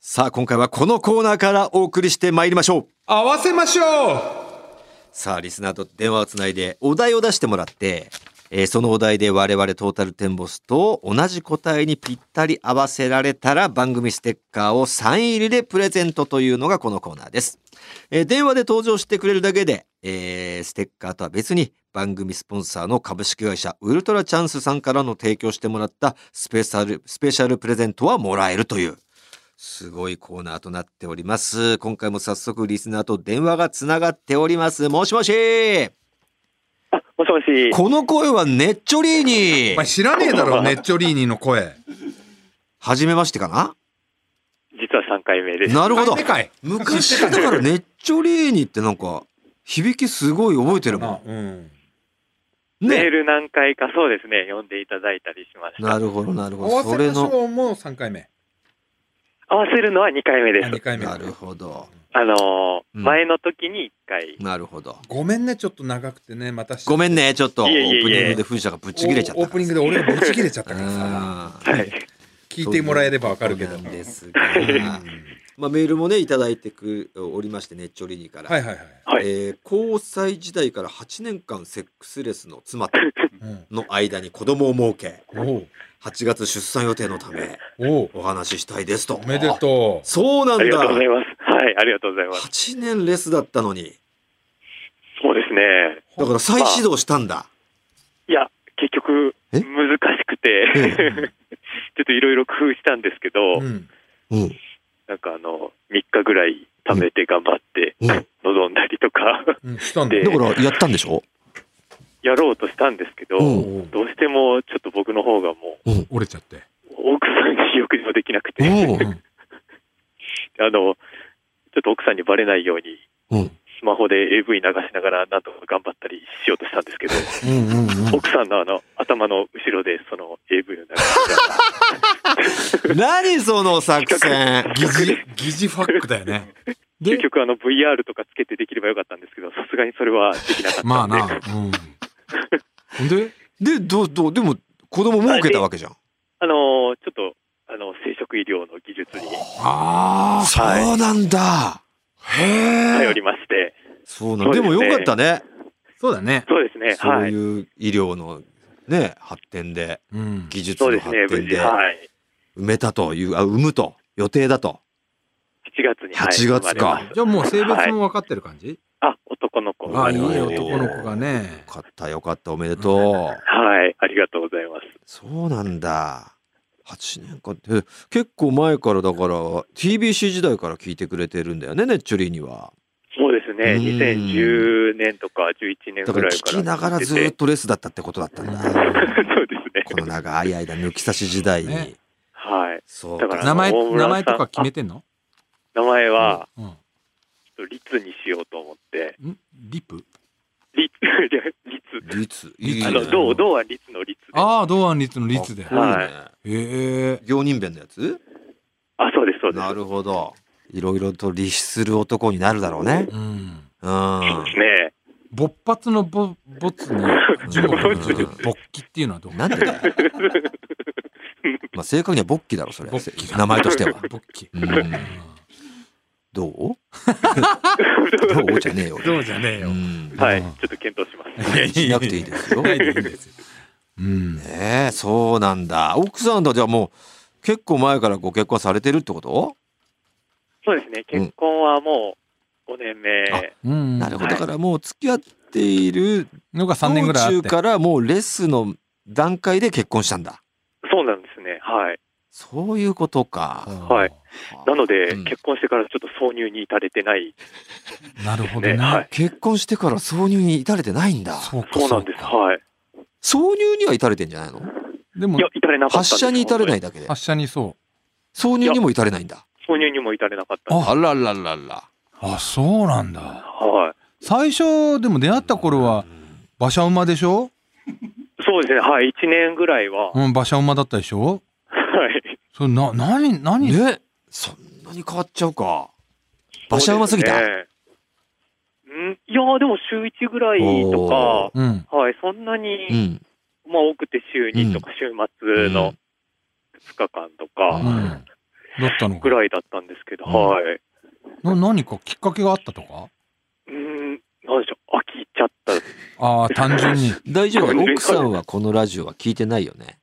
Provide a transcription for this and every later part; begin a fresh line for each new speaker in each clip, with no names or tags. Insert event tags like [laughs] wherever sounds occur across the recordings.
さあ、今回はこのコーナーからお送りしてまいりましょう。
合わせましょ
さあ、リスナーと電話をつないでお題を出してもらって、えーそのお題で我々トータルテンボスと同じ答えにぴったり合わせられたら番組ステッカーをサイン入りでプレゼントというのがこのコーナーです。えー電話で登場してくれるだけで、えーステッカーとは別に番組スポンサーの株式会社ウルトラチャンスさんからの提供してもらったスペシャル、スペシャルプレゼントはもらえるという。すごいコーナーとなっております。今回も早速リスナーと電話がつながっております。もしもし
あ、もしもし。
この声はネッチョリー
うお
ニ
前知らねえだ
[laughs]
ろ、ネッチョリーニの声。
はじめましてかな
実は3回目です。
なるほど
で。かい。
昔だからネッチョリーニってなんか、響きすごい覚えてるも
うん。
ん。
メー
ね。
ル何回かそうですね、読んでいただいたりしました。
なるほど、なる
合
ほど。
わ
そ
せ
れ
まし
の、
ょうも3回目。
合わせるのは2回目で
あ二
す。
回目。
なるほど。
あのー
うん
前の時に1回。
なるほど。
ごめんね、ちょっと長くてね、また
ごめんね、ちょっとオ
いえいえ
ー
いえ
プニングで噴射がぶっちぎれちゃった
オープニングで俺がぶち切れちゃったからさ。
聞
はい。
聞いてもらえればわかるけど。
なん
はい
ですが、まあメールもねいただいてくおりましてネッチョリーニから、
はいはい。
はい
えー交際時代から8年間セックスレスの妻と
うん
の間に子供を設け
おう
8月出産予定のため
おう
お話ししたいですと
おめでとう。
そうなん
ありが
だ
とうございます。はい、ありがとうございます。
8年レスだったのに
そうですね。
だから再始動したんだ、
いや、結局、
え
難しくて、 [laughs]
え
ちょっといろいろ工夫したんですけど、
うん。
うん
なんかあの、3日ぐらい貯めて頑張って、
うん、だ
[laughs] 臨んだりとか、 [laughs]
うん。したんだ。
で
からやったんでしょ
やろうとしたんですけど、
うん
おう
どうしてもちょっと僕の方がも
折れちゃって。
う、奥さんに欲にもできなくて、
うん
[laughs] あの、ちょっと奥さんにバレないように、
うん
スマホで AV 流しながら、なんとか頑張ったりしようとしたんですけど、
うんうんうん。
奥さんのあの頭の後ろで、その AV の流し
何その作
[laughs]
戦
疑似、疑似ファックだよね。
結
で
局あの VR とかつけてできればよかったんですけど、さすがにそれはできなかったんで、
まあな。うん。ほんで
でどうどうでも子供儲けたわけじゃん
あのーちょっと、あの、生殖医療の技術に
ああ。
はい
そうなんだ。
頼
へえ。
りまして、
そうなん
そう
で
です
も
ね
よかったね。
そうだね。
そうですね、
そう
はい。
いう医療のね発展で
うん。
技術
そう
の
です
発
ね、無
展
事、
で埋
はい。
めたというあ産むと予定だと。
7月に、はい、
8月か
生まれます
じゃあもう性別も分かってる感じ、
あ、男の子生ま
あ、い
れ
い
ました
男の子がね
よ。かったよかったおめでとう。
はい、ありがとうございます。
そうなんだ。8年間って結構前からだから TBC 時代から聞いてくれてるんだよねネッチョリーには。
そうですね、
うん
2010年とか11年
だ
ぐ
から
らい
聞
か
き
ら
ながらず
聞い
ーってとレスだったってことだったんだ。
て [laughs] そうです
こ
ね。
の長い間抜き差し時代に
ね。
はい。
そう
だから
名前、
大村さん
名前とか決めてんの
名前は、
うん。
ちょっとリツにしようと思って、
んリップ
[laughs] リツ、リツ。
率
いいね
あ
ど
の、
う
銅、銅はリツのリツです。あ
ああ、同案率の率で。
かっこいいね
へ
はい
え。
行人弁のやつ
そうです、そうです。
なるほどいろいろと律する男になるだろうね
うん。
うん
そうですね。
勃発のぼ、ぼつに、上手で勃起っていうのはどう
なんで
[laughs]
だよまあ正確には勃起だろそれ
勃起
名前と
[laughs]
しては
勃起。
うんどう [laughs] どうじゃねえよ
どうじゃねえよ
う。ん
はい。ち
うん
ょっと検討します。
いやい
しなくていいですよ
やいやい
ね
やいいですようん。
えそうなんだ奥さんとはじゃあもう結構前からご結婚されてるってこと
そうですね、結婚はもう5年目。
あ
うん。
なるほど
は
だ
い
からもう付き合っている
のが
道
3年ぐらいあっ
中
て。
からもうレッスンの段階で結婚したんだ
そうなんですね。はい。
そういうことか。
はいなので、
うん
結婚してからちょっと挿入に至れてない。
なるほどね。
ねはい
結婚してから挿入に至れてないんだ。
そうか。
そうなんです。
か
はい。
挿入には至れてんじゃないの
でも
いや、、至れなかったんです。。
発射に至れないいだけで。
発射にそう。
挿入にも至れないんだ。
挿入にも至れなかったんです。
あらららら。
あ、そうなんだ。
はい。
最初、でも出会った頃は、馬車馬でしょ
そうですね。はい。1年ぐらいは。
うん、馬車馬だったでしょ
はい。
それな、なに、なに、
ねそんなに変わっちゃうか。馬車馬すぎた
そうですねうん、いやでも週1ぐらいと
お
うん。
か、はい、そんな
う
に、
ん。
まあ多くて週2とか週末
うん
の2日間と
う
う
か、
ん
ん。だったの
ぐ
から
いだったんですけど、はい。
な何かきっかけがあったとか
うん、なんでしょう、飽きちゃった。は
ああ、単純 [laughs] に。
大丈夫奥さんはこのラジオは聞いてないよね。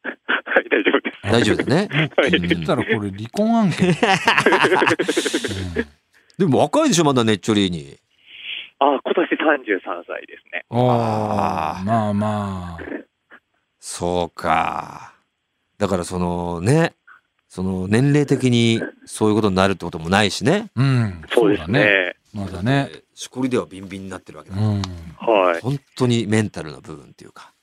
い、大丈夫です。
大丈夫だね。
もう聞いてたらこれ離婚案 [laughs] 件。
[laughs] でも若いでしょ、まだねっちょりーに。
あ、今年33歳ですね。
うん、ああ、まあまあ。
そうか。だからそのね、その年齢的にそういうことになるってこともないしね。
うん。
そうですね。。
まだね。。
しこりではビンビンになってるわけ
う
だ。
ん。
はい。
本当にメンタルの部分っていうか、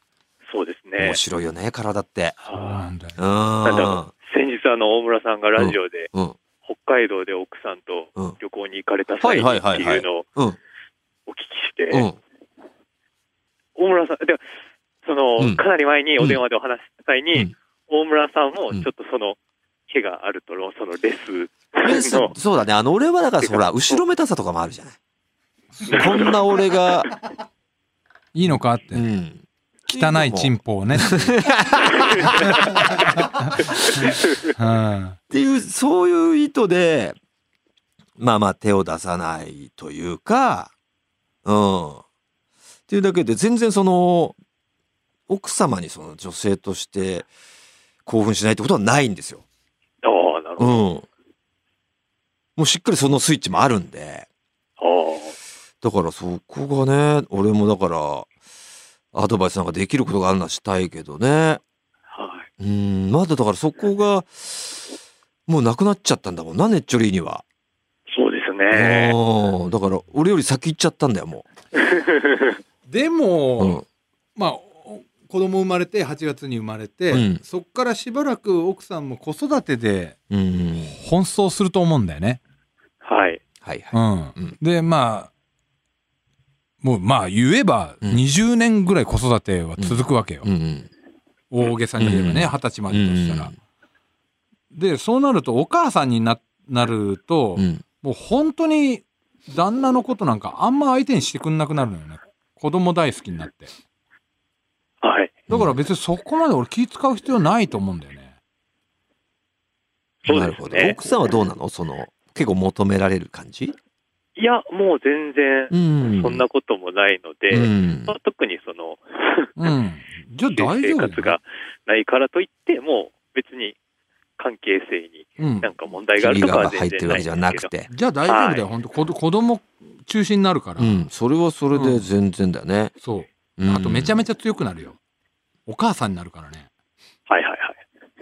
そうですね
面。白いよね、体って。
そうな
はい
んだよ。
うーん。
先日、あの、大村さんがラジオで、
うん。
北海道で奥さんと
うん。
旅行に行かれた際に
はい
っ
はい
て
はいはい
いうのを
うん。
お聞きして、
うん。
大村さん、でその、
うん
かなり前にお電話でお話しした際に、
うん
大村さんも
うん
ちょっとその、毛があると、そのレ
レー
ス
ス
の、
そうだね。あの、俺はだから、ほら、後ろめたさとかもあるじゃない。こんな俺が、
いいのかって
う。ん。
汚いチン
っ
ポをね。うん。
ていう、そういう意図で、まあまあ手を出さないというか、うん。っていうだけで、全然その、奥様にその女性として興奮しないってことはないんですよ。
ああ、なる
うん。
ほど。
もうしっかりそのスイッチもあるんで、
あ
だからそこがね、俺もだから、アドバイスなんかできることがあるならしたいけどね。
あ、はい。
うん、まだだからそこが、もうなくなっちゃったんだもんな、ネッチョリーには。
そうですね。
うんだから俺より先行っちゃったんだよ、もう。
で
う
も、
ん。
まあ、お子供生まれて、8月に生まれて、
うん
そっからしばらく奥さんも子育てで
うん。
奔走すると思うんだよね。
はい。
はいは
う
い。う
ん。
ん
で、まあ、もうまあ言えば
うん
20年ぐらい子育ては続くわけよ。
うん。
大げさに言えばね、
うん
二十歳ま
う
でとしたら。
ん。
で、そうなるとお母さんにななると、
うん。
もう本当に旦那のことなんかあんま相手にしてくんなくなるのよね。子供大好きになって。
はい。
だから別にそこまで俺気使う必要ないと思うんだよね。
そう
な
で
る
す
ほど。
ね。
奥さんはどうなのその、結構求められる感じ
いや、もう全然、
うん。
そんなこともないので、
うん
まあ、特にその、
うん。じゃあ大丈
生
夫だよ
活がないからといって、もう別に関係性に
うん
なんか問題がある
君
とか
が
は
入っ
全
て
然
るわ
な
け
いん
じゃな
ですけ
く
ど。
て。
じゃあ大丈夫だよ。
は
本当子子供中心になるから。
うん。それはそれで全然だよね。
そう。
うん
あとめちゃめちゃ強くなるよ。お母さんになるからね。
はいはいはい。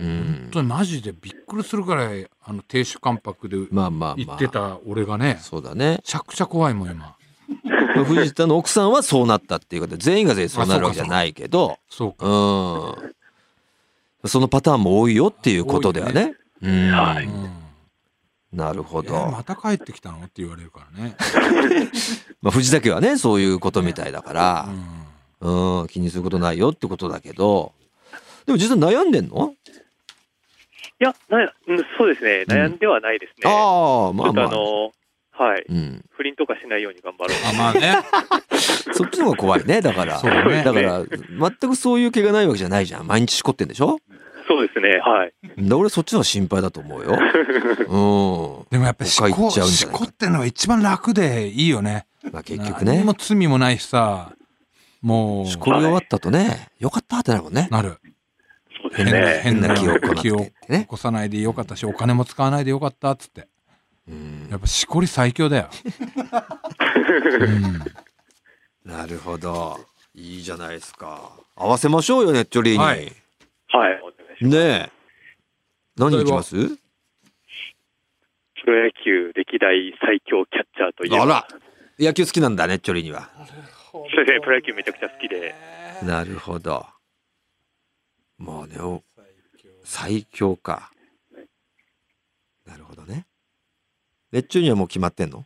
うん
本当にマジでびっくりするぐらい、あの、亭主関白で
まあまあ
言
まあ。
ってた俺がね、
そうだね
め。ちゃくちゃ怖いもん今。
まあ藤田の奥さんはそうなったっていうこと
[laughs]
で、全員が全員そうなるわけじゃないけど、
そうか。
うん。そのパターンも多いよっていうことではね。うん。
は
う
い
ん。
なるほ
え
ど。
また帰ってきたのって言われるからね。
まあ、藤田家はね、そういうことみたいだから、
うん
うん、気にすることないよってことだけど、でも実は悩んでんの、
いや、なうんそうですね。悩んではないですね。
ああ、ま
ちょ
あ
っと
ま
あ
あ。
の、はい。
うん、
不倫とかしないように頑張ろう。
あまあね。
そっちの方が怖いね、だから。
そうね
だから、全くそういう気がないわけじゃないじゃん。毎日しこってんでしょ
そうで
[laughs]
すね。はい。
で俺そっちの方が心配だと思うよ。
[laughs] でもやっぱし
他行
こ
っちゃうん
し
じゃないか
こってのが一番楽でいいよね。
うん。まあ結局
何
ね
も、罪もないしさ、も
し
う、
こり終わったとね、よかったってなるもんね。
なる。
そうです
変な、
ね。
変な気を起こなくてって
起
ね。
こさないでよかったし、お金も使わないでよかったっつって。
うん
やっぱしこり最強だよ。うん
なるほど。いいじゃないですか。合わせましょうよ、ねっちょりーに。
はい
はい。お願いしま
ね
す。
え。何行きます
プロ野球歴代最強キャッチャーといえば
あら野球好きなんだね、チョリには。
そうですね。プロ野球めちゃくちゃ好きで。
なるほど。まあね、お最強か。なるほどね。熱中にはもう決まってんの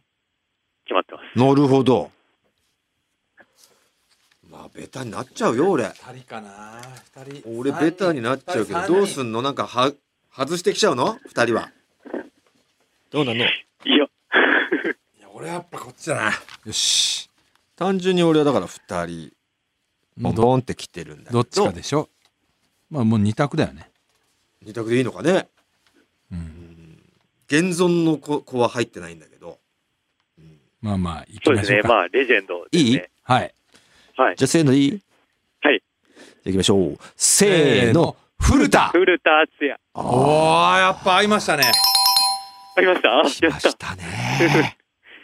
決まってます。
なるほど。まあ、ベタになっちゃうよ、俺。
二人かな二人
俺、ベタになっちゃうけど、どうす
ん
んのなんか、は、外してきちゃうの二人は。どうなの
いや、
俺やっぱこっちだなよし
単純に俺はだから二人、ボン
ど
ボンって来てるんだけ
どっちかでしょまあもう二択だよね
二択でいいのかね
うん
現存の子子は入ってないんだけど。うん
まあまあ、行き
そうで
ますしょ
ね
う。か。
まあ、レジェンドですね。
はい。
はい。
じゃあ、せーのでいい
はい。
じゃあ行きましょう。せーの。。
古田
古田敦也。
あ
お
ー
ー、やっぱ合いましたね。
ありましたあ
来ましたね。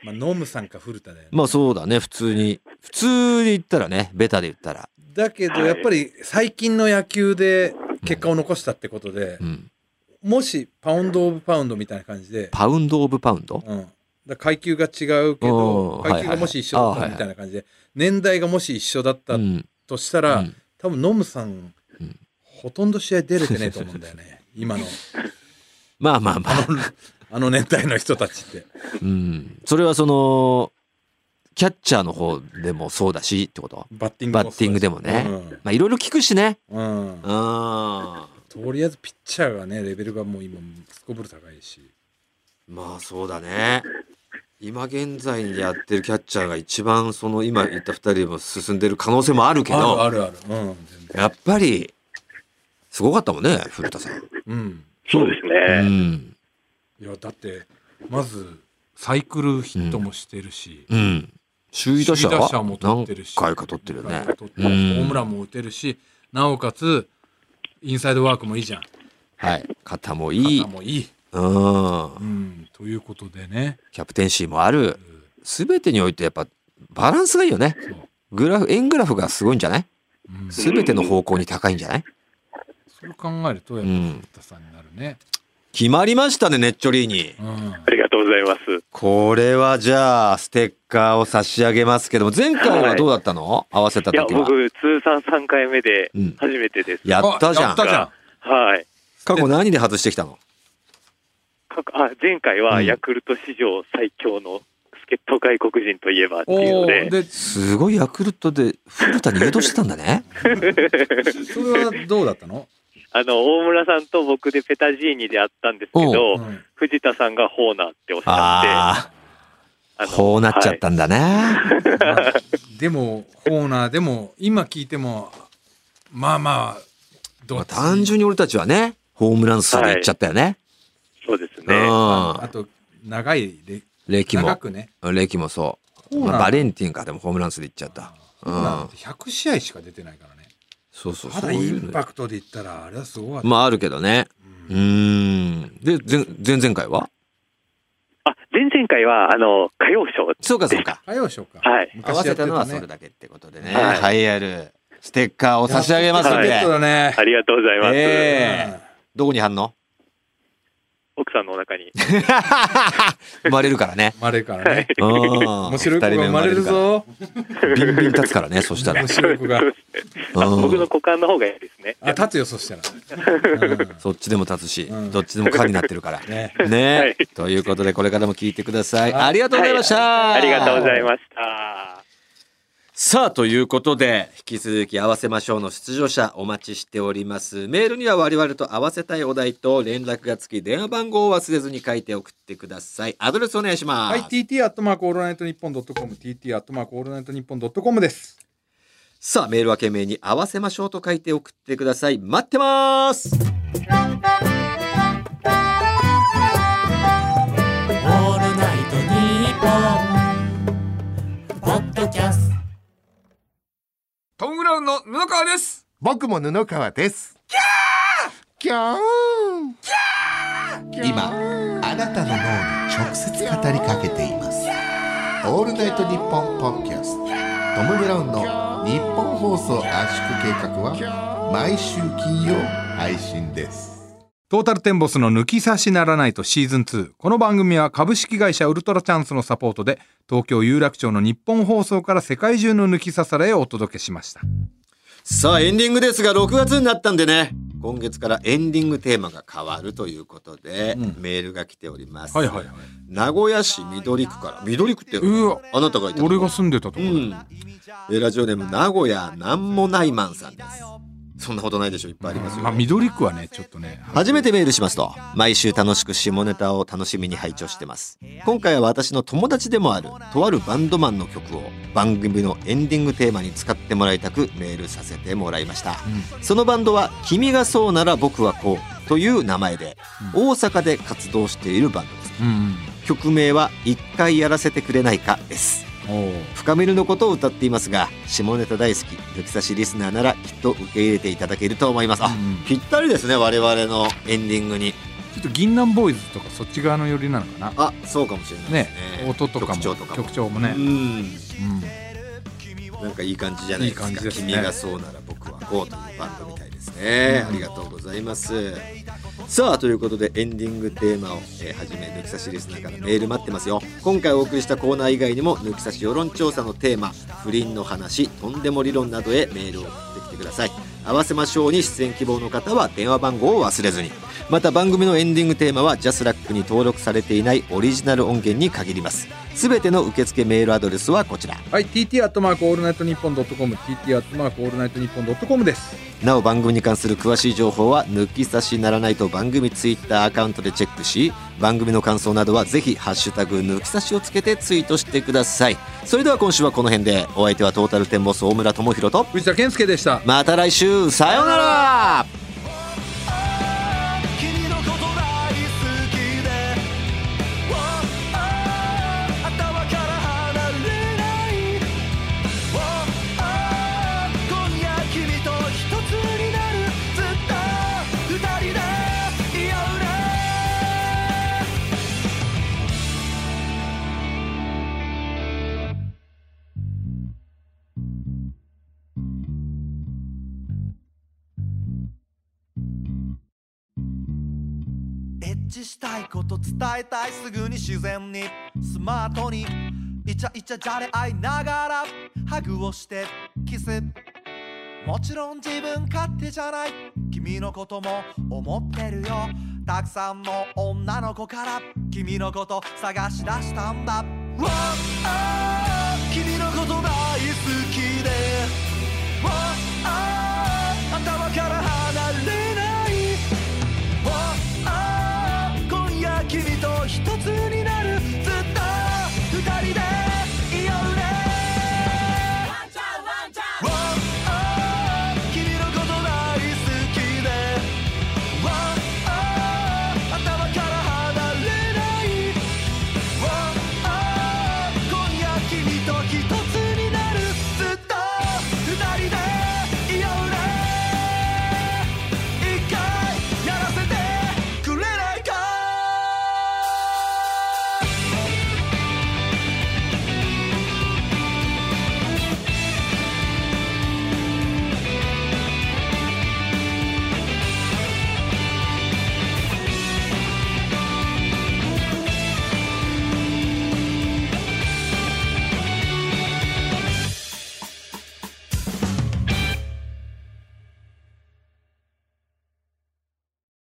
まあ、ノムさんか古田だよね
まあそうだね、普通に。普通に言ったらね、ベタで言ったら。
だけど、
はい
やっぱり最近の野球で結果を残したってことで
う、ん。
もしパウンド・オブ・パウンドみたいな感じで、
パウンド・オブ・パウンド
うん、だから階級が違うけ
お
ど
ー
階級がもし一緒だったらみたいな感じで年代がもし一緒だった
ん。
としたら、
うん
多分ノムさん、
うん
ほとんど試合出れてないと思うんだよ
[laughs]
ね今の
まあまあまあ。
あの年代の人たちって
うん。それはその、キャッチャーの方でもそうだしってこと
バッティング
バッティングでもね。まあいろいろ聞くしね。
うん、う
う
ん
ん。
とりあえずピッチャーがねレベルがもう今すこぶる高いし
まあそうだね。今現在にやってるキャッチャーが一番その今言った二人でも進んでる可能性もあるけ
あ
ど、
るあるあるうん全然
やっぱり、すごかったもんね、古田さん。
うん
そうです
う
ね。
ん。
いやだってまずサイクルヒットもしてるし、
うん。首位打者
首位打
は
者も取ってるし
何回か取ってるよね。
ホ
うん
ームランも打てるし、なおかつ、インサイドワークもいいじゃん。
はい。肩もいい
肩。もいい。
うん
う。ん。ということでね。
キャプテンシーもある
う。ん
すべてにおいてやっぱバランスがいいよね。
そう。
グラフ、円グラフがすごいんじゃない
うん、そ
すべての方向に高いんじゃない
れ考えると、や
う
っぱ、
ん。
田さんになるね。
決まりましたね、ネッチョリーニ。
うん。
ありがとうございます。
これはじゃあ、ステッカーを差し上げますけども、前回はどうだったの合わせた
いや、
時は。
僕、通算3回目で
うん、
初めてです。
やったじ
あ
ゃ
や
ん
っ。たじゃん。
はい。
過去何で外してきたの
かあ前回
う
は
ん
ヤクルト史上最強の助っ人外国人といえばっていう
お
の
お
で、
ー。で、 [laughs]
すごいヤクルトで古田に誘導してたんだね。
それはどうだったの
[laughs] あの、大村さんと僕でペタジーニで会ったんですけ
お
ど、
うん
藤田さんがホーナーっておっしゃって、
あ
あ
あ、
の
こうなっちゃっ
は
たんだね。
[laughs] でも、ホーナーでも、今聞いても、まあまあ、ど
まあ
っち
単純に俺たちはね、ホームラン数でいっちゃったよね。
いそうですね。
あと、長い歴、
うん。歴
長
も、
くね。
歴もそう。
ホーナー
まあ、バレンティンか、でもホームラン数でいっちゃった。う
なん
ん。
て100試合しか出てないからね。
そうそう
た
そ
だ
う
イ
い
ン
う
パ
の。
クトで言ったら、あれはすごかった。
まああるけどね。うーん。で、前前々回は
あ、前々回は、あの、歌謡ショー。
そうかそうか。
歌謡賞か。
はい。
合わせたのはそ
昔やっ
れ
て
だけってことでね。
はい
はい、ある。ステッカーを差し上げますん
ジャ
で
ケット。だね
あ。りがとうございます。
ええどこに貼んの [laughs]
奥さんのお腹に。
生まれるからね。
生まれるからね。
うん。
面
面
白い子が生まれる。ぞ。
ビンビン立つから
[laughs]
ね、そしたら
面。白い子が。
あ
うん
僕の股間の方がいいですね。
あ、立つよ、そしたら。
[laughs]
うん
そっちでも立つし、
うん
どっちでも蚊になってるから。
ね。
ね、
はい
ということでこれからも聞いてください。
はい
ありがとうございました。
ありがとうございました。
さあということで引き続き合わせましょうの出場者お待ちしておりますメールには我々と合わせたいお題と連絡がつき電話番号を忘れずに書いて送ってくださいアドレスお願いします、
はい、TT アットマークオールナイトニッポンドットコム、TT アットマークオールナイトニッポンドットコムです。
さあメールは懸命に合わせましょうと書いて送ってください待ってます
オールナイトニッポン」ポッドキャスト
トム・ブラウンの布川です
僕も布川です。キャーキャー
今あなたの脳に直接語りかけています「オールナイトニッポン」ポッドキャストトム・ブラウンの日本放送圧縮計画は毎週金曜配信です
トータルテンボスの抜き差しならないとシーズン2。この番組は株式会社ウルトラチャンスのサポートで、東京有楽町の日本放送から世界中の抜き差されをお届けしました。
さあエンディングですが6月になったんでね今月からエンディングテーマが変わるということで、メールが来ております、
い。
名古屋市緑区から緑区って
うわ
あなたがいたとこ
俺が住んでたとこ
う
ろだ、
んえーラジオネーム名古屋なんもないマンさんですそんなことないでしょいっぱいありますよ、
まあ緑区はねちょっとね
初めてメールしますと毎週楽しく下ネタを楽しみに拝聴してます今回は私の友達でもあるとあるバンドマンの曲を番組のエンディングテーマに使ってもらいたくメールさせてもらいました、そのバンドは「君がそうなら僕はこう」という名前で、大阪で活動しているバンドです。
うん
曲名は「一回やらせてくれないか」です。
うんおー
深めるのことを歌っていますが下ネタ大好き抜き差しリスナーならきっと受け入れていただけると思いますあ、
うん
ぴったりですね我々のエンディングに
ちょっと銀杏ボーイズとかそっち側の寄りなのかな
あそうかもしれない
ね
ですね
音とかも
曲調とかも
曲調もね
うん
うん
なんかいい感じじゃないですか
いい感じですね
君がそうなら僕はこうというバンドみたいですね、ありがとうございますさあということでエンディングテーマを、えー、はじめ抜き差しリスナーからメール待ってますよ今回お送りしたコーナー以外にも抜き差し世論調査のテーマ不倫の話とんでも理論などへメールを送ってきてください合わせましょうに出演希望の方は電話番号を忘れずにまた番組のエンディングテーマはジャスラックに登録されていないオリジナル音源に限りますすべての受付メールアドレスはこちら
はい TT アットマークオールナイトニッポンドットコム TT アットマークオールナイトニッポンドットコムです
なお番組に関する詳しい情報は抜き差しならないと番組ツイッターアカウントでチェックし番組の感想などはぜひ「ハッシュタグ抜き差し」をつけてツイートしてくださいそれでは今週はこの辺でお相手はトータルテンボス大村智広と
藤田健介でした
また来週さようなら
君のこと大好きで Oh, oh 頭から離れない Oh, oh 今夜君と一つになるずっと二人でいようねエッチしたいこと伝えたいすぐに自然にスマートにイチャイチャじゃれ合いながらハグをしてキスもちろん自分勝手じゃない君のことも思ってるよたくさんの女の子から君のこと探し出したんだ Wow, oh, 君のこと大好きで Wow, oh